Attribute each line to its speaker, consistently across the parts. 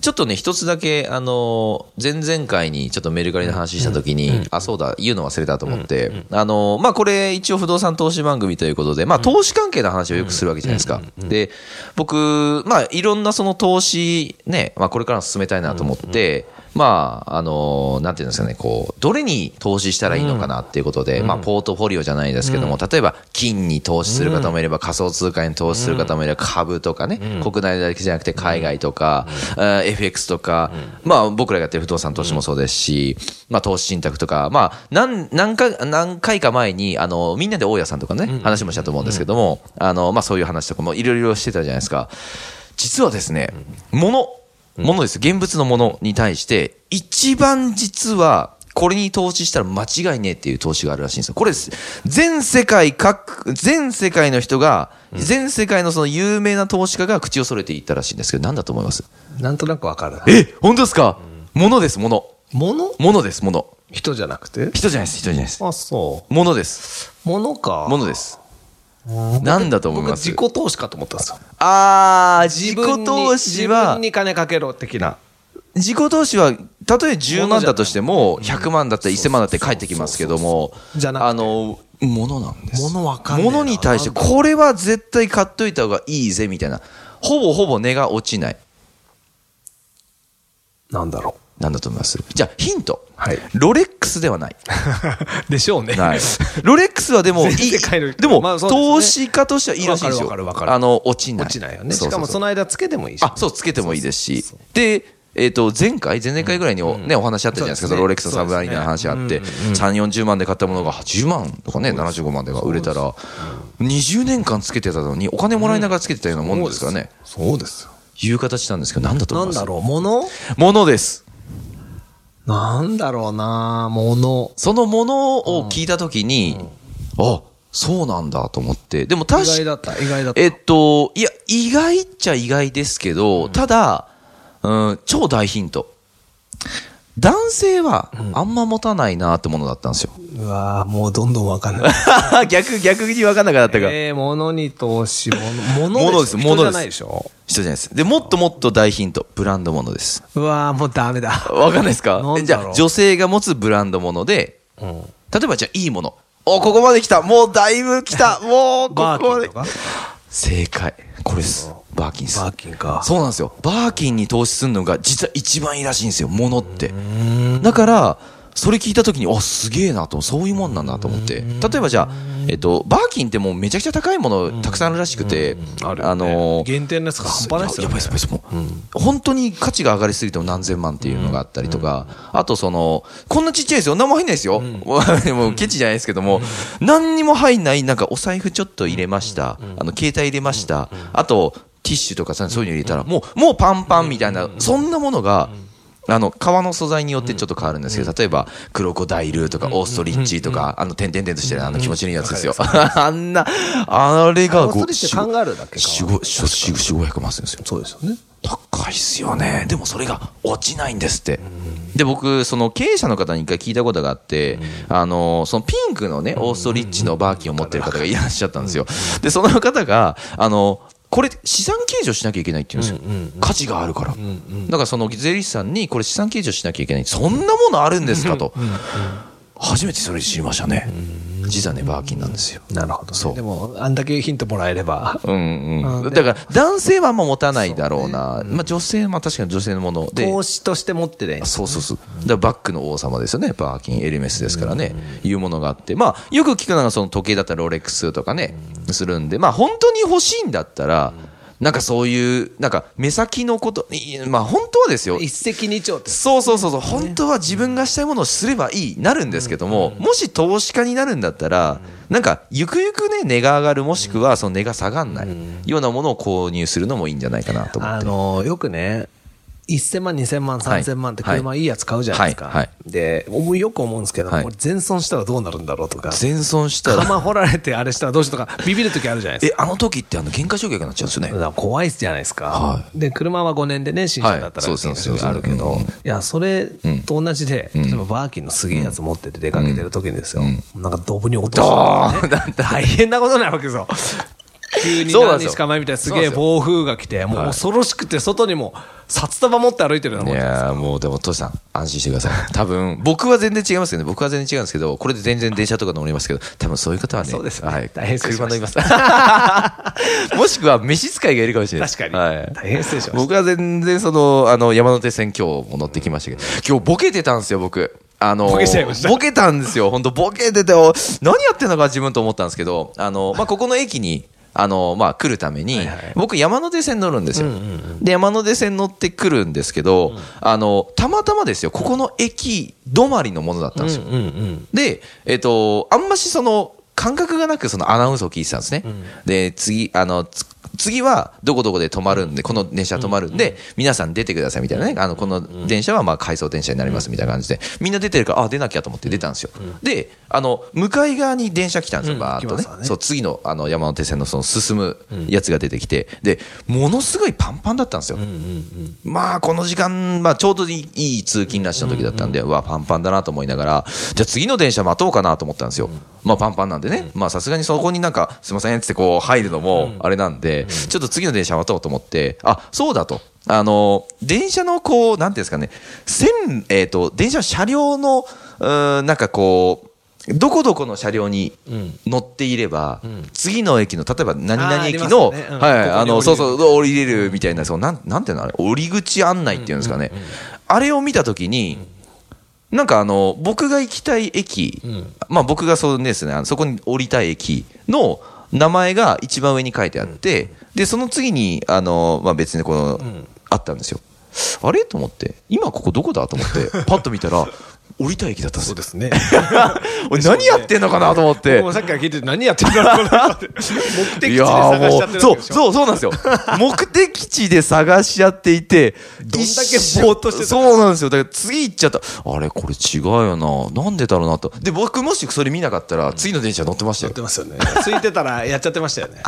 Speaker 1: ちょっとね、一つだけ、あのー、前々回にちょっとメルカリの話したときに、あ、そうだ、言うの忘れたと思って、あのー、まあ、これ一応不動産投資番組ということで、まあ、投資関係の話をよくするわけじゃないですか。で、僕、まあ、いろんなその投資、ね、まあ、これからも進めたいなと思って、まあ、あのー、なんていうんですかね、こう、どれに投資したらいいのかなっていうことで、まあ、ポートフォリオじゃないですけども、例えば、金に投資する方もいれば、仮想通貨に投資する方もいれば、株とかね、国内だけじゃなくて海外とか、あー FX とか、まあ、僕らがやってる不動産投資もそうですし、まあ、投資信託とか、まあ、何、何回、何回か前に、あの、みんなで大家さんとかね、話もしたと思うんですけども、あの、まあ、そういう話とかもいろいろしてたじゃないですか。実はですね、もの、ものです。現物のものに対して、一番実は、これに投資したら間違いねえっていう投資があるらしいんですよ。これです、全世界各、全世界の人が、全世界のその有名な投資家が口を揃えていったらしいんですけど、何だと思います
Speaker 2: なんとなくわかる。
Speaker 1: え本当ですかものです、もの。
Speaker 2: 物
Speaker 1: ものです、もの。
Speaker 2: 人じゃなくて
Speaker 1: 人じゃないです、人じゃないです。
Speaker 2: あ、そ
Speaker 1: ものです。
Speaker 2: う。物か。
Speaker 1: ものです。何だと思い
Speaker 2: 僕、
Speaker 1: ます
Speaker 2: 自己投資かと思ったんですよ。
Speaker 1: あー、自己投資
Speaker 2: 自
Speaker 1: は
Speaker 2: 分、に金かけろ的な。
Speaker 1: 自己投資は、たとえ10万だとしても、100万だったり1000万だったり返ってきますけども、
Speaker 2: じゃなくて
Speaker 1: あの、ものなんです。
Speaker 2: 物わかんねえな
Speaker 1: 物に対して、これは絶対買っといた方がいいぜ、みたいな。ほぼほぼ値が落ちない。
Speaker 2: なんだろ
Speaker 1: なんだと思います。じゃあ、ヒント。
Speaker 2: はい
Speaker 1: ロレックスではない。
Speaker 2: う。 でしょうね。
Speaker 1: はい。 ロレックスはでも、いい。
Speaker 2: 全世界の
Speaker 1: でも、
Speaker 2: まあそうですね
Speaker 1: 投資家としてはいいらしいんですよ。
Speaker 2: わかるわかるわかる
Speaker 1: あの、落ちない。
Speaker 2: 落ちないよね。
Speaker 1: そうそうそう
Speaker 2: しかもその間つけてもいいし。
Speaker 1: あ、そう、つけてもいいですし。で、えっ、と、前回、前々回ぐらいにお,、ね、お話あったじゃないですか、
Speaker 2: そうですね
Speaker 1: ローレックスのサブアリーナの話あって、3、40万で買ったものが80万とかね、75万でが売れたら、20年間つけてたのに、お金もらいながらつけてたようなものですからね、
Speaker 2: そうですよ。
Speaker 1: いう形なんですけど、なんだと
Speaker 2: な
Speaker 1: 思い
Speaker 2: ん
Speaker 1: ます
Speaker 2: だろう、物
Speaker 1: ものです。
Speaker 2: なんだろうな物。
Speaker 1: そのものを聞いたときに、あ、そうなんだと思って、でも
Speaker 2: 意
Speaker 1: 確か
Speaker 2: 外だった、意外だった。
Speaker 1: えっと、いや、意外っちゃ意外ですけど、ただ、うん、超大ヒント。男性は、あんま持たないなってものだったんですよ。
Speaker 2: うわーもうどんどんわかんない。
Speaker 1: 逆、逆に分かんなくなったから。
Speaker 2: えー、物に投資、物。
Speaker 1: 物
Speaker 2: 物
Speaker 1: です
Speaker 2: 人
Speaker 1: 物
Speaker 2: じ
Speaker 1: です
Speaker 2: ゃないでしょ
Speaker 1: 人じゃないです。で、もっともっと大ヒント。ブランドものです。
Speaker 2: うわーもうダメだ。
Speaker 1: わかんないですか
Speaker 2: なんだろう
Speaker 1: えじゃあ、女性が持つブランドもので、
Speaker 2: うん。
Speaker 1: 例えばじゃあ、いいもの。お、ここまで来た。もうだいぶ来 た。もう、ここ
Speaker 2: バー
Speaker 1: ま
Speaker 2: キン
Speaker 1: で
Speaker 2: と。か
Speaker 1: 正解。これです。バーキンです。
Speaker 2: バーキンか。
Speaker 1: そうなんですよ。バーキンに投資するのが実は一番いいらしいんですよ、物って。だから、それ聞いたときに、あ、すげえなと、そういうもんなんだと思って。例えばじゃあ、えっと、バーキンってもうめちゃくちゃ高いものたくさんあるらしくて、
Speaker 2: あるよね
Speaker 1: あのー、
Speaker 2: 限定のやつが半端ないっ
Speaker 1: や
Speaker 2: すよね
Speaker 1: やばいです、やばいですもう本当に価値が上がりすぎても何千万っていうのがあったりとか、あとその、こんなちっちゃいですよ、何も入んないですよ。でもケチじゃないですけども、何にも入んない、なんかお財布ちょっと入れました、あの、携帯入れました、あと、ティッシュとかさそういうの入れたら、もう、もうパンパンみたいな、そんなものが、あの、革の素材によってちょっと変わるんですけど、例えば、クロコダイルとか、オーストリッチとか、あの、点々々としてるあの気持ちのいいやつですよ。あんな、あれが
Speaker 2: オーストリッチ
Speaker 1: ご
Speaker 2: カンガルーだっけ
Speaker 1: 四五、四五四五百万するんですよ。
Speaker 2: そうですよね。
Speaker 1: 高いっすよね。でもそれが落ちないんですって。で、僕、その経営者の方に一回聞いたことがあって、あの、そのピンクのね、オーストリッチのバーキンを持ってる方がいらっしゃったんですよ。で、その方が、あの、これ資産計上しなきゃいけないって言うんですよ。価値があるから。だからその税理士さんにこれ資産計上しなきゃいけない。そんなものあるんですかと。初めてそれ知りましたね。実はね、バーキンなんですよ。
Speaker 2: なるほど、
Speaker 1: そう
Speaker 2: でも、あんだけヒントもらえれば。
Speaker 1: うんう、
Speaker 2: うんん
Speaker 1: だから男性はあんま持たないだろうな、まあ、女性は確かに女性のもので、
Speaker 2: 投資として持ってね。
Speaker 1: そうそうそう、だからバッグの王様ですよね、バーキン、エルメスですからね、いうものがあって、まあ、よく聞くのがその時計だったらロレックスとかね、するんで、まあ、本当に欲しいんだったら、なんかそういう、なんか目先のこと、いまあ、本当はですよ、
Speaker 2: 一石二鳥って。
Speaker 1: そうそうそうそう、本当は自分がしたいものをすればいい、なるんですけども、もし投資家になるんだったら、なんか、ゆくゆくね、値が上がる、もしくは、その値が下がらないようなものを購入するのもいいんじゃないかなと思っ
Speaker 2: あ
Speaker 1: て。
Speaker 2: の、よくね、 1000万、2000万、
Speaker 1: はい
Speaker 2: 3000万って
Speaker 1: はい
Speaker 2: 車いいやつ買うじゃないですか。
Speaker 1: はいはい
Speaker 2: で、僕よく思うんですけど、
Speaker 1: はい
Speaker 2: これ全損したらどうなるんだろうとか、
Speaker 1: 全損したら、
Speaker 2: 釜掘られてあれしたらどうしようとか、ビビる時あるじゃないです
Speaker 1: え
Speaker 2: か。、
Speaker 1: あの時ってあの、喧嘩償却になっちゃうんですよ
Speaker 2: だ
Speaker 1: ね。
Speaker 2: から怖いじゃないですか。
Speaker 1: は
Speaker 2: で、車は5年でね、新車だったら、
Speaker 1: はいそうですそうです
Speaker 2: あるけ
Speaker 1: う
Speaker 2: ど
Speaker 1: ん、
Speaker 2: いや、それと同じで、
Speaker 1: ん
Speaker 2: 例えばバーキンのすげえやつ持ってて出かけてる時にですよ、なんかドブに落と
Speaker 1: ド
Speaker 2: した、
Speaker 1: ー
Speaker 2: ね
Speaker 1: ン。だった。
Speaker 2: 大変なことになるわけですよ。急に
Speaker 1: そうなん
Speaker 2: 何
Speaker 1: ですよ
Speaker 2: 日か前みたいなす
Speaker 1: そう
Speaker 2: げ
Speaker 1: な
Speaker 2: え
Speaker 1: んですよ
Speaker 2: 暴風が来て、もう恐ろしくて外にも札束持って歩いてるようないもん
Speaker 1: やーもうでも、トシさん、安心してください。 多分、僕は全然違いますけどね。僕は全然違うんですけど、これで全然電車とか乗りますけど、多分そういう方はね、
Speaker 2: そうですね
Speaker 1: はい。
Speaker 2: 大変失礼し
Speaker 1: 車
Speaker 2: ま
Speaker 1: 乗り
Speaker 2: し
Speaker 1: ま
Speaker 2: た
Speaker 1: す。 もしくは、飯使いがいるかもしれない。
Speaker 2: 確かに。
Speaker 1: はい。
Speaker 2: 大変失礼しまし
Speaker 1: 僕は全然その、あの、山手線今日も乗ってきましたけど、今日ボケてたんですよ、僕。あの、
Speaker 2: ボケちゃいました
Speaker 1: ボケたんですよ。本当ボケてて、お何やってんのか自分と思ったんですけど、あの、まあ、ここの駅に、あの、まあ、来るために、僕山手線乗るんですよ。で、山手線乗ってくるんですけど、あの、たまたまですよ、ここの駅止まりのものだったんですよ。
Speaker 2: た。うんうん。
Speaker 1: で、えっ、と、あんましその、感覚がなくそのアナウンスを聞いてたんですね。で、次、あの、つ次はどこどこで止まるんで、この電車止まるんで、皆さん出てくださいみたいなね、あの、この電車はまあ回送電車になりますみたいな感じで、みんな出てるから、あ、出なきゃと思って出たんですよ。で、あの、向かい側に電車来たんですよ、バーっ
Speaker 2: 来
Speaker 1: と
Speaker 2: ま
Speaker 1: ね
Speaker 2: すわ。ね
Speaker 1: そう、次のあの山手線のその進むやつが出てきて、で、ものすごいパンパンだったんですよ。まあ、この時間、まあ、ちょうどいいいい通勤ラッシュの時だったんで、うわ、パンパンだなと思いながら、じゃあ次の電車待とうかなと思ったんですよ。まあ、パンパンなんでね、まあ、さすがにそこになんか、すいませんっつってこう入るのも、あれなんで、ちょっと次の電車待とうと思って、あ、そうだと。あの、電車のこう、なんていうんですかね、線、えっ、と、電車の車両の、うーんなんかこう、どこどこの車両に乗っていれば、次の駅の、例えば何
Speaker 2: あー
Speaker 1: 々
Speaker 2: あり
Speaker 1: 駅
Speaker 2: ます
Speaker 1: の、
Speaker 2: よねうん
Speaker 1: はい、
Speaker 2: ここに
Speaker 1: あの、
Speaker 2: 降りる
Speaker 1: そうそう、降りれるみたいな、そうなんなんていうのあれ、降り口案内っていうんですかね、あれを見たときに、なんかあの僕が行きたい駅、まあ、僕がそうですね、あのそこに降りたい駅の名前が一番上に書いてあって、でその次にあの、まあ、別にこの、あったんですよ。あれと思って、今ここどこだと思って、パッと見た ら、降りたい駅だったんです
Speaker 2: そう
Speaker 1: よ。
Speaker 2: ですね。
Speaker 1: 俺何やってんのかなと思って。
Speaker 2: もうさっきから聞いてて何やってんだろうなって。目的地で
Speaker 1: いやー
Speaker 2: 探
Speaker 1: も
Speaker 2: し
Speaker 1: う
Speaker 2: ちゃって
Speaker 1: そ
Speaker 2: るわけ
Speaker 1: う、
Speaker 2: でしょ。
Speaker 1: そう、そうなんです よ。目的地で探し合っていて、
Speaker 2: どんだけぼーっとしてた
Speaker 1: 一生そうなんですよ。だから次行っちゃった。あれ、これ違うよな。なんでだろうなと。で、僕もしそれ見なかったら、次の電車乗ってました
Speaker 2: や
Speaker 1: よ
Speaker 2: っ。てますよね。ついてたらやっちゃってましたよね。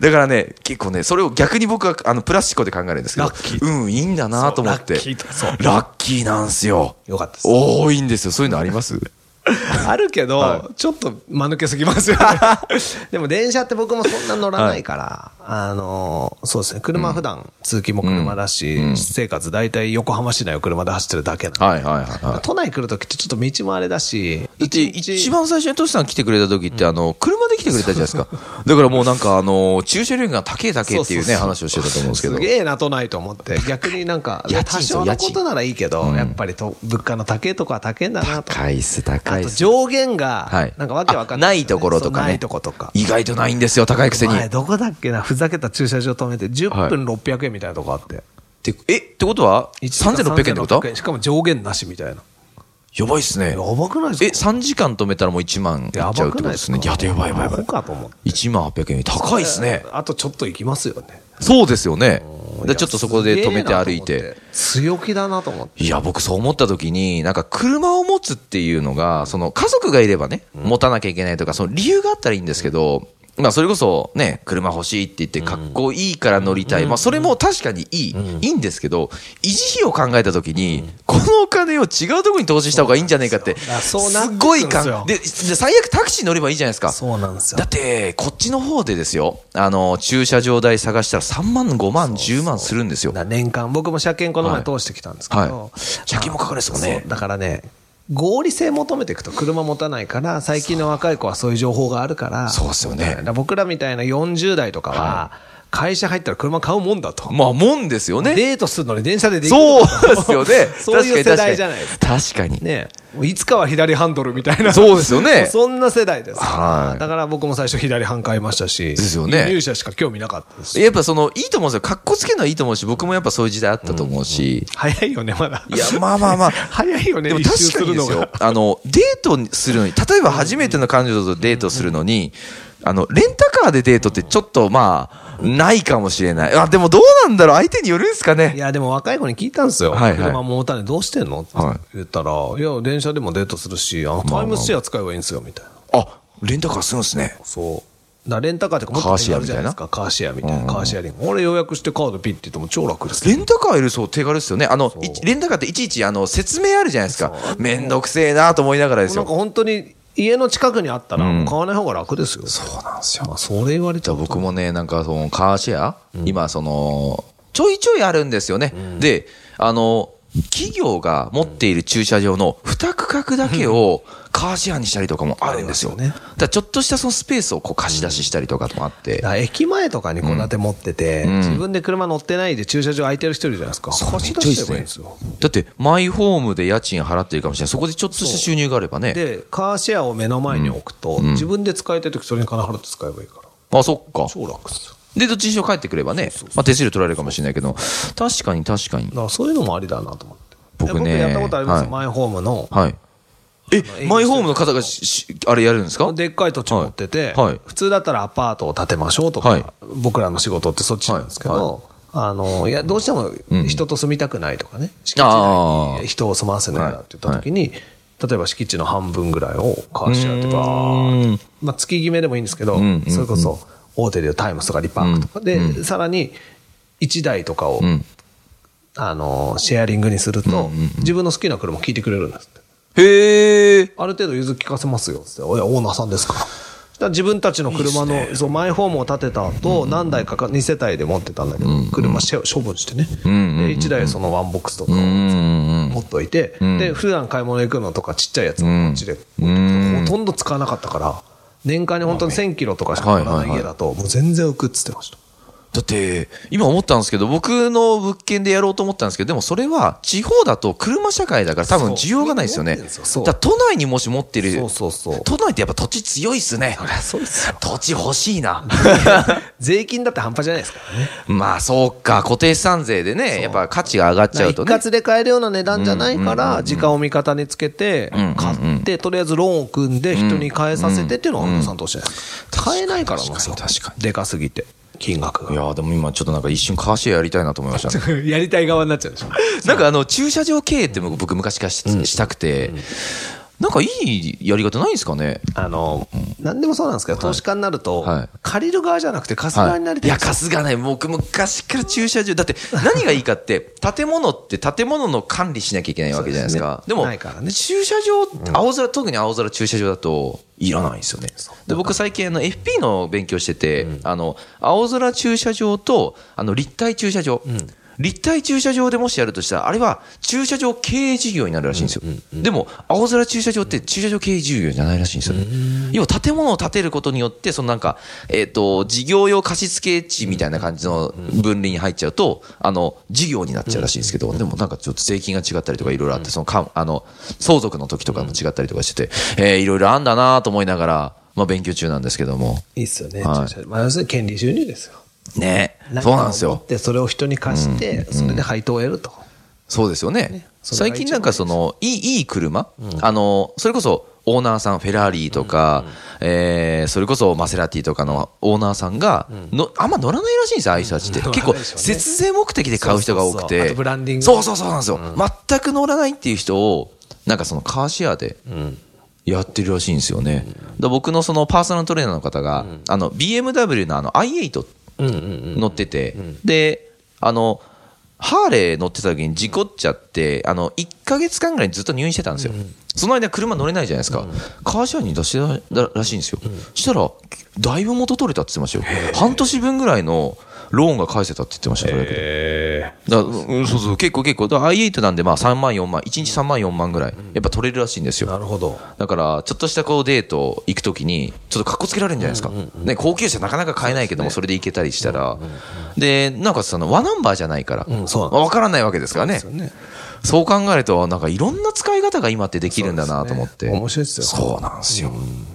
Speaker 1: だからね、結構ね、それを逆に僕は、あの、プラスチックで考えるんですけど
Speaker 2: ラッキ、ー
Speaker 1: うん、いいんだなと思って。
Speaker 2: そうラッキーとそう
Speaker 1: ラッキーなんですよ。
Speaker 2: よかったです。
Speaker 1: 多いんですよ。そういうのあります
Speaker 2: あるけど、
Speaker 1: は
Speaker 2: ちょっと間抜けすぎますよね。 でも電車って僕もそんな乗らないから、あのー、そうですね、車普段、通勤も車だし、私生活大体横浜市内を車で走ってるだけなの。
Speaker 1: はいはいはいはい。
Speaker 2: 都内来るときってちょっと道もあれだし、
Speaker 1: だって
Speaker 2: 一日
Speaker 1: 一番最初にトシさん来てくれた時って、あの、車で来てくれたじゃないです か。だからもうなんか、あの、駐車料金が高え高えっていう
Speaker 2: そうそうそ
Speaker 1: ね、
Speaker 2: う
Speaker 1: 話をしてたと思うんですけど。
Speaker 2: すげえな、都内と思って。逆になんか、
Speaker 1: 家賃
Speaker 2: 多少
Speaker 1: そう家
Speaker 2: の
Speaker 1: 賃
Speaker 2: ことならいいけど、やっぱりと物価の高いとこは高いんだなと。
Speaker 1: 高いっす、高
Speaker 2: あ
Speaker 1: い
Speaker 2: と
Speaker 1: っす。
Speaker 2: 上限が
Speaker 1: はい、。
Speaker 2: なんかわけわかんない、
Speaker 1: あないところとか
Speaker 2: そう
Speaker 1: ね。
Speaker 2: ないとことか。
Speaker 1: 意外とないんですよ、高いくせに。
Speaker 2: 前どこだっけな、ふざけた駐車場止めて、
Speaker 1: はい
Speaker 2: 10分600円みたいなとこあって。
Speaker 1: てえ、ってことは、
Speaker 2: 一時間
Speaker 1: 3600円ってこと
Speaker 2: 円しかも上限なしみたいな。
Speaker 1: やばいっすね
Speaker 2: や。ばくないですか
Speaker 1: え、3時間止めたらもう1万いっちゃ
Speaker 2: や
Speaker 1: うって
Speaker 2: ば
Speaker 1: こ
Speaker 2: く
Speaker 1: と
Speaker 2: ない
Speaker 1: で
Speaker 2: ですす
Speaker 1: ね
Speaker 2: か。。
Speaker 1: いや、やばいやばいやばい
Speaker 2: アホ。かと思って。
Speaker 1: 1万800円。高いっすね。
Speaker 2: あとちょっと行きますよね。
Speaker 1: そうですよね。でちょっとそこで止めて歩いて。。
Speaker 2: 強気だなと思って。
Speaker 1: いや、僕そう思った時に、なんか車を持つっていうのが、その家族がいればね、持たなきゃいけないとか、その理由があったらいいんですけど、まあそれこそね、車欲しいって言ってかっこいいから乗りたい。まあそれも確かにいい、いいんですけど、維持費を考えた時に、このお金を違うところに投資した方がいいんじゃないかって、
Speaker 2: あ
Speaker 1: す
Speaker 2: そうなってくん
Speaker 1: ごい
Speaker 2: ですよ
Speaker 1: 感で、で最悪タクシー乗ればいいじゃないですか。
Speaker 2: そうなんですよ
Speaker 1: だ。って、こっちの方でですよ、あの、駐車場代探したら3万、5万、10万するんですよ。
Speaker 2: だから年間、僕も車検この前通してきたんですけど、
Speaker 1: はいはい車検もかかるんですもんね
Speaker 2: そうだからね、合理性求めていくと車持たないから、最近の若い子はそういう情報があるから、
Speaker 1: そうっすよね
Speaker 2: だから僕らみたいな40代とかは、会社入ったら車買うもんだと。
Speaker 1: まあ、もんですよね。
Speaker 2: デートするのに電車でできる
Speaker 1: そう
Speaker 2: と
Speaker 1: で
Speaker 2: か。
Speaker 1: すよね
Speaker 2: そういう世代じゃないですか。
Speaker 1: 確かに。
Speaker 2: ねもういつかは左ハンドルみたいな。
Speaker 1: そうですよね
Speaker 2: そんな世代です。
Speaker 1: はい
Speaker 2: だから僕も最初左半買いましたし。です
Speaker 1: よね
Speaker 2: 輸入車しか興味なかったです。
Speaker 1: やっぱその、いいと思うんですよ。格好つけるのはいいと思うし、僕もやっぱそういう時代あったと思うし。
Speaker 2: 早いよね、まだ。
Speaker 1: いや、まあまあまあ。
Speaker 2: 早いよね、
Speaker 1: でも
Speaker 2: 一周
Speaker 1: 確
Speaker 2: す
Speaker 1: かに
Speaker 2: る
Speaker 1: で
Speaker 2: の
Speaker 1: すよ
Speaker 2: が。。
Speaker 1: あの、デートにするのに、例えば初めての彼女とデートするのに、あの、レンタカーでデートってちょっとまあ、ないかもしれない。あ、でもどうなんだろう相手によるんですか
Speaker 2: い
Speaker 1: ね。
Speaker 2: や、でも若い子に聞いたんですよ。
Speaker 1: はいはい
Speaker 2: 車も持たない。どうしてんのって
Speaker 1: はい
Speaker 2: 言ったら、い、や、電車でもデートするし、あの、タイムスシェア使えばいいんですよ、みたいな。
Speaker 1: あ、レンタカーするんですね。
Speaker 2: そう。だレンタカーとかもっと手軽じゃないですか。カーシェアみたいな。カーシェアリング。俺予約してカードピッて言っても超楽です。
Speaker 1: レンタカーよりそう手軽ですよね。あの、いレンタカーっていちいちあの説明あるじゃないですか。めんどくせえなと思いながらです
Speaker 2: なんか
Speaker 1: よ。
Speaker 2: 本当に家の近くにあったら、もう買わない方が楽ですよ。
Speaker 1: そうなんですよ。
Speaker 2: まあ、それ言われちゃうと
Speaker 1: 僕もね、なんかそのカーシェア、今その、ちょいちょいあるんですよね。で、あの、企業が持っている駐車場の2区画だけをカーシェアにしたりとかもあるんですよ。
Speaker 2: ありますよね
Speaker 1: だからちょっとしたそのスペースをこう貸し出ししたりとかもあって。
Speaker 2: だから駅前とかに戸建て持ってて、
Speaker 1: ん
Speaker 2: 自分で車乗ってないで駐車場空いてる人いるじゃないですか。
Speaker 1: そう
Speaker 2: 貸し出しちゃえばいいんですよ。
Speaker 1: だって、マイホームで家賃払ってるかもしれない。そこでちょっとした収入があればね。
Speaker 2: で、カーシェアを目の前に置くと、自分で使いたい時それに金払って使えばいいから。
Speaker 1: あ、そっか。
Speaker 2: 超楽ですよ。
Speaker 1: で、どっちにしろ帰ってくればね、まあ手数料取られるかもしれないけど、確かに確かに
Speaker 2: だ。からそういうのもありだなと思って。
Speaker 1: 僕ね
Speaker 2: いややったことありますよ、
Speaker 1: はい
Speaker 2: マイホームの。
Speaker 1: はい。え、マイホームの方がし、しあれやるんですか
Speaker 2: でっかい土地持ってて、
Speaker 1: はいはい
Speaker 2: 普通だったらアパートを建てましょうとか、
Speaker 1: はい
Speaker 2: 僕らの仕事ってそっちなんですけど、
Speaker 1: は
Speaker 2: あの、いや、どうしても人と住みたくないとかね、敷地
Speaker 1: あ
Speaker 2: 内
Speaker 1: ー
Speaker 2: に人を住まわせないなって言った時に、例えば敷地の半分ぐらいをカーシェアってバーってまあ月決めでもいいんですけど、
Speaker 1: んうん
Speaker 2: それこそ大手でいうタイムズとかリパークとかで、さらに1台とかを、
Speaker 1: ん
Speaker 2: あの、シェアリングにすると、自分の好きな車聞いてくれるんですって。
Speaker 1: へえ。
Speaker 2: ある程度融通きかせますよっつって、おや、オーナーさんですから。だから自分たちの車の、そう、マイホームを建てた後、何台かか、2世帯で持ってたんだけど、車し処分してね。で、1台そのワンボックスとかを持っといて、で、普段買い物行くのとかちっちゃいやつもこっちで置いとくと、ほとんど使わなかったから、年間に本当に1000キロとかしか乗らない家だと、もう全然浮くっつってま した。
Speaker 1: だって、今思ったんですけど、僕の物件でやろうと思ったんですけど、でもそれは地方だと車社会だから多分需要がないですよね。
Speaker 2: そう持ってるんですよそう
Speaker 1: だから都内にもし持ってる。
Speaker 2: そうそうそう
Speaker 1: 都内ってやっぱ土地強いっすね。
Speaker 2: そうですよ。
Speaker 1: 土地欲しい な。
Speaker 2: 税金だって半端じゃないですからね。
Speaker 1: まあそうか、固定資産税でね、やっぱ価値が上がっちゃうとね。
Speaker 2: 一括で買えるような値段じゃないから、時間を味方につけて、買って、とりあえずローンを組んで、人に返させてっていうのが、不動産投資じゃないですか。買えないからなんですよ。
Speaker 1: 確かに確か
Speaker 2: でかすぎて、金額
Speaker 1: い
Speaker 2: が。
Speaker 1: やーでも今ちょっとなんか一瞬カーシェアやりたいなと思いましたね。
Speaker 2: やりたい側になっちゃうでしょ。
Speaker 1: なんかあの、駐車場経営って僕昔からし,、たくて、なんかいいやり方ないんですかね
Speaker 2: あの、なんでもそうなんですけど、投資家になると
Speaker 1: はい、
Speaker 2: 借りる側じゃなくて、貸す側になり
Speaker 1: い
Speaker 2: たいん
Speaker 1: や、
Speaker 2: ですよ。
Speaker 1: 貸すがない。僕昔から駐車場、だって何がいいか って、建物って建物の管理しなきゃいけないわけじゃないですか。
Speaker 2: そ
Speaker 1: で
Speaker 2: うですね
Speaker 1: も、
Speaker 2: ないからね
Speaker 1: 駐車場、青空、特に青空駐車場だと、いらないんですよね。で、僕最近あの、FP の勉強してて、あの、青空駐車場と、あの、立体駐車場。立体駐車場でもしやるとしたら、あれは駐車場経営事業になるらしいんですよ。でも、青空駐車場って駐車場経営事業じゃないらしいんですよね。要は建物を建てることによって、そのなんか、えっ、と、事業用貸付地みたいな感じの分類に入っちゃうと、あの、事業になっちゃうらしいんですけど、でもなんかちょっと税金が違ったりとかいろいろあって、そのか、あの、相続の時とかも違ったりとかしてて、えーいろいろあんだなと思いながら、まあ勉強中なんですけども。
Speaker 2: いいっすよね。
Speaker 1: はい
Speaker 2: 駐車まあ要するに権利収入ですよ。
Speaker 1: ねそうなんです
Speaker 2: 何かを持
Speaker 1: よ
Speaker 2: っ。てそれを人に貸して、それで配当を得ると。
Speaker 1: そうですよね。
Speaker 2: それ
Speaker 1: 最
Speaker 2: が一番
Speaker 1: 近なんかその、いい、いい車、あの、それこそ、オーナーさん、フェラーリとか、えーそれこそマセラティとかのオーナーさんが、の、あんま乗らないらしいんですよ、ああいう人たちって。
Speaker 2: 乗らな
Speaker 1: 結
Speaker 2: いでしょ
Speaker 1: 構、
Speaker 2: うね
Speaker 1: 節税目的で買う人が多く
Speaker 2: そうそうそうあ
Speaker 1: て。
Speaker 2: とブランディング
Speaker 1: そうそうそうなんですよ、全く乗らないっていう人を、なんかそのカーシェアで、やってるらしいんですよね。だ僕のそのパーソナルトレーナーの方が、あの、BMW のあの i8 乗ってて、で、あの、ハーレー乗ってた時に事故っちゃって、あの、1ヶ月間ぐらいずっと入院してたんですよ。その間車乗れないじゃないですか。カーシェアに出してたらしいんですよ。したら、だいぶ元取れたって言ってましたよ。半年分ぐらいのローンが返せたって言ってました、それだけで
Speaker 2: え
Speaker 1: だうんそうそう、結構結構。だ i8 なんで、まあ3万4万、1日3万4万ぐらい、やっぱ取れるらしいんですよ
Speaker 2: な。るほど。
Speaker 1: だから、ちょっとしたこうデート行くときに、ちょっとかっこつけられるんじゃないですか。ね、高級車なかなか買えないけども、それで行けたりしたら。で、なんかその、和ナンバーじゃないから、
Speaker 2: んそうなんです
Speaker 1: わからないわけですからね
Speaker 2: です。よね。
Speaker 1: そう考えると、なんかいろんな使い方が今ってできるんだなと思って。
Speaker 2: そうですね面白いっすよ
Speaker 1: そうなんですよ。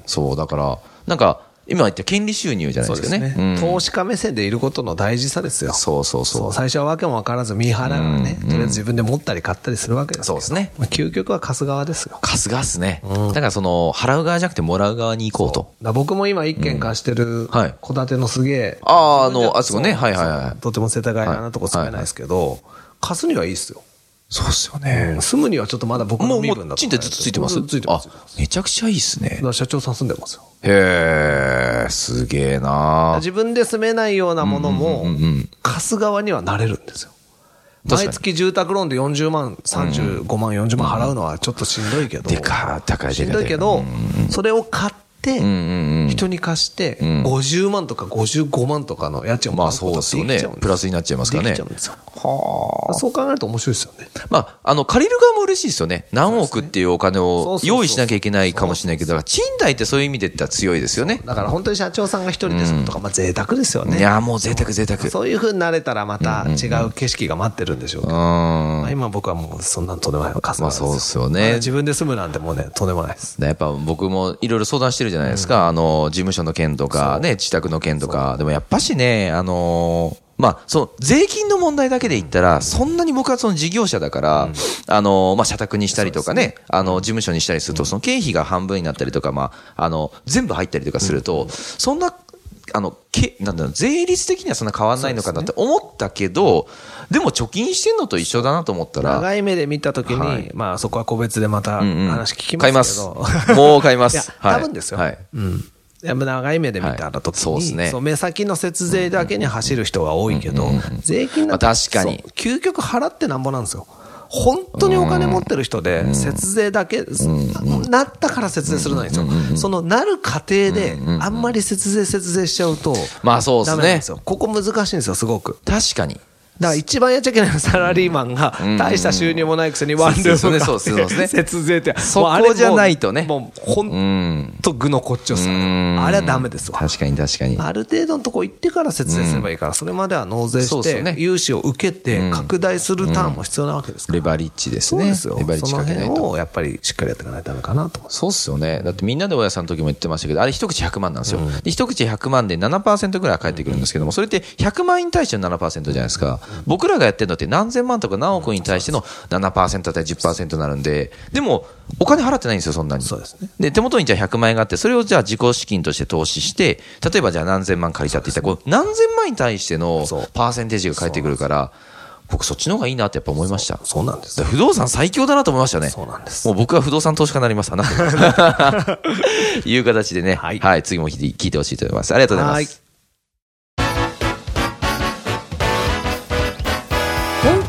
Speaker 1: そう、だから、なんか、今言った権利収入じゃないで
Speaker 2: そう
Speaker 1: す
Speaker 2: で
Speaker 1: か
Speaker 2: す
Speaker 1: ね。
Speaker 2: ね、
Speaker 1: うん
Speaker 2: 投資家目線でいることの大事さですよ。
Speaker 1: そうそう
Speaker 2: そ
Speaker 1: そうう。
Speaker 2: 最初はわけもわからず、見張らがね、とりあえず自分で持ったり買ったりするわけですけ
Speaker 1: そう
Speaker 2: ど
Speaker 1: ですね。
Speaker 2: まあ究極は貸す側ですよ。
Speaker 1: 貸すがっすね。だからその、払う側じゃなくてもらう側に行こうと。
Speaker 2: だから僕も今一軒貸してる
Speaker 1: はい
Speaker 2: 戸建てのすげえ、
Speaker 1: ああ、あの、あそこね。はいはい
Speaker 2: そ
Speaker 1: は
Speaker 2: う
Speaker 1: い。
Speaker 2: とても世田谷なとこ住めないですけど、貸すにはいいですよ。
Speaker 1: そうっすよね。
Speaker 2: 住むにはちょっとまだ僕の
Speaker 1: もう、
Speaker 2: 身
Speaker 1: も
Speaker 2: 分
Speaker 1: う
Speaker 2: だ、と。
Speaker 1: 賃貸ずっとついてます
Speaker 2: ずっとついてます。だか
Speaker 1: あ、めちゃくちゃいいっすね。
Speaker 2: ら社長さん住んでますよ。
Speaker 1: へえ、すげえな
Speaker 2: 自分で住めないようなもの
Speaker 1: ん
Speaker 2: も
Speaker 1: うん、
Speaker 2: 貸す側にはなれるんですよ。
Speaker 1: 確かに
Speaker 2: 毎月住宅ローンで40万、35万、40万払うのはちょっとしんどいけど。
Speaker 1: でかい、高い、で
Speaker 2: しん
Speaker 1: か
Speaker 2: ど
Speaker 1: い。
Speaker 2: いけど、それを買って
Speaker 1: うん、うんうん。
Speaker 2: 人に貸して、50万とか55万とかの家賃を
Speaker 1: まあ
Speaker 2: 払うことが
Speaker 1: そうですよね
Speaker 2: きちゃうんです
Speaker 1: プラスになっちゃいますからね
Speaker 2: できちゃうんですよ。そう考えると面白いですよね。
Speaker 1: まあ、あの、借りる側も嬉しいですよね。何億っていうお金
Speaker 2: そうそう
Speaker 1: を
Speaker 2: そう
Speaker 1: 用意しなきゃいけないかもしれないけど、だから賃貸ってそういう意味で言ったら強いですよね。
Speaker 2: だから本当に社長さんが一人で住むとか、まあ贅沢ですよ
Speaker 1: い
Speaker 2: ね。
Speaker 1: やー、もう贅沢贅沢。う
Speaker 2: そういう風になれたらまた違う景色が待ってるんでしょうけど。
Speaker 1: ーん。
Speaker 2: まあ今僕はもうそんなんとんでもないのか
Speaker 1: まあそうですよね
Speaker 2: 自分で住むなんてもうね、とんでもないです。
Speaker 1: やっぱ僕もいろいろ相談してるじゃないですか。あの、事務所の件とか、ね、自宅の件とか。でもやっぱしね、あのーまあ、その税金の問題だけで言ったら、そんなに僕はその事業者だから、あのー、まあ、社宅にしたりとかね、あの、事務所にしたりすると、その経費が半分になったりとか、まあ、あの、全部入ったりとかすると、そんな、あの、け、なんだろう、税率的にはそんな変わんないのかなって思ったけど、でも貯金してんのと一緒だなと思ったら、
Speaker 2: 長い目で見たときに、
Speaker 1: はい
Speaker 2: まあそこは個別でまた話聞き
Speaker 1: 買いま
Speaker 2: ますすけど。。
Speaker 1: もう買いま
Speaker 2: いや
Speaker 1: す。、はい
Speaker 2: 多分ですよ。
Speaker 1: はい。
Speaker 2: うん。いや長い目で見たらときに、
Speaker 1: はいそうですね
Speaker 2: そう目先の節税だけに走る人が多いけど、税金なんて
Speaker 1: まあ確かに
Speaker 2: そう究極払ってなんぼなんですよ。本当にお金持ってる人で、節税だけ、なったから節税するのはいいんですよ。そのなる過程で、あんまり節税、節税しちゃうと、
Speaker 1: まあそうですね
Speaker 2: ダメなんですよ。ここ難しいんですよ、すごく。
Speaker 1: 確かに。
Speaker 2: だから一番やっちゃいけないのはサラリーマンが大した収入もないくせにワンルーム
Speaker 1: そうですよねそうですよね
Speaker 2: 買って節税って
Speaker 1: そこ
Speaker 2: もうあれもう
Speaker 1: じゃないとね
Speaker 2: もうほ
Speaker 1: うんん。
Speaker 2: と具のこっちをする
Speaker 1: ん
Speaker 2: あれはダメですわ
Speaker 1: 確かに確かに。
Speaker 2: ある程度のとこ行ってから節税すればいいからそれまでは納税
Speaker 1: そう
Speaker 2: し
Speaker 1: ですよ
Speaker 2: て
Speaker 1: ね
Speaker 2: 融資を受けて拡大するターンも必要なわけですから
Speaker 1: レバリッジです
Speaker 2: そう
Speaker 1: ね。
Speaker 2: ですよ
Speaker 1: レバリッジ
Speaker 2: その
Speaker 1: かけ
Speaker 2: 辺
Speaker 1: ないと。
Speaker 2: をやっぱりしっかりやっていかないとダメかなと思います
Speaker 1: そうっすよね。だってみんなで親さんの時も言ってましたけど、あれ一口100万なんですよ。で一口100万で7%ぐらいは返ってくるんですけども、それって100万に対しての7%じゃないですか。僕らがやってるのって何千万とか何億に対しての7%だったり10%になるんで、でもお金払ってないんですよ、そんなに。
Speaker 2: そうですね
Speaker 1: で、手元にじゃあ100万円があって、それをじゃあ自己資金として投資して、例えばじゃあ何千万借りたって言ったら、こう何千万に対しての
Speaker 2: そう
Speaker 1: パーセンテージが返ってくるから、僕そっちの方がいいなってやっぱ思いました。
Speaker 2: そうなんです
Speaker 1: だから不動産最強だなと思いましたね。
Speaker 2: そうなんです
Speaker 1: もう僕は不動産投資家になりますかな。 いう形でね、は、
Speaker 2: はいい
Speaker 1: 次も聞いて聞いてほしいと思います。ありがとうございます。
Speaker 3: 今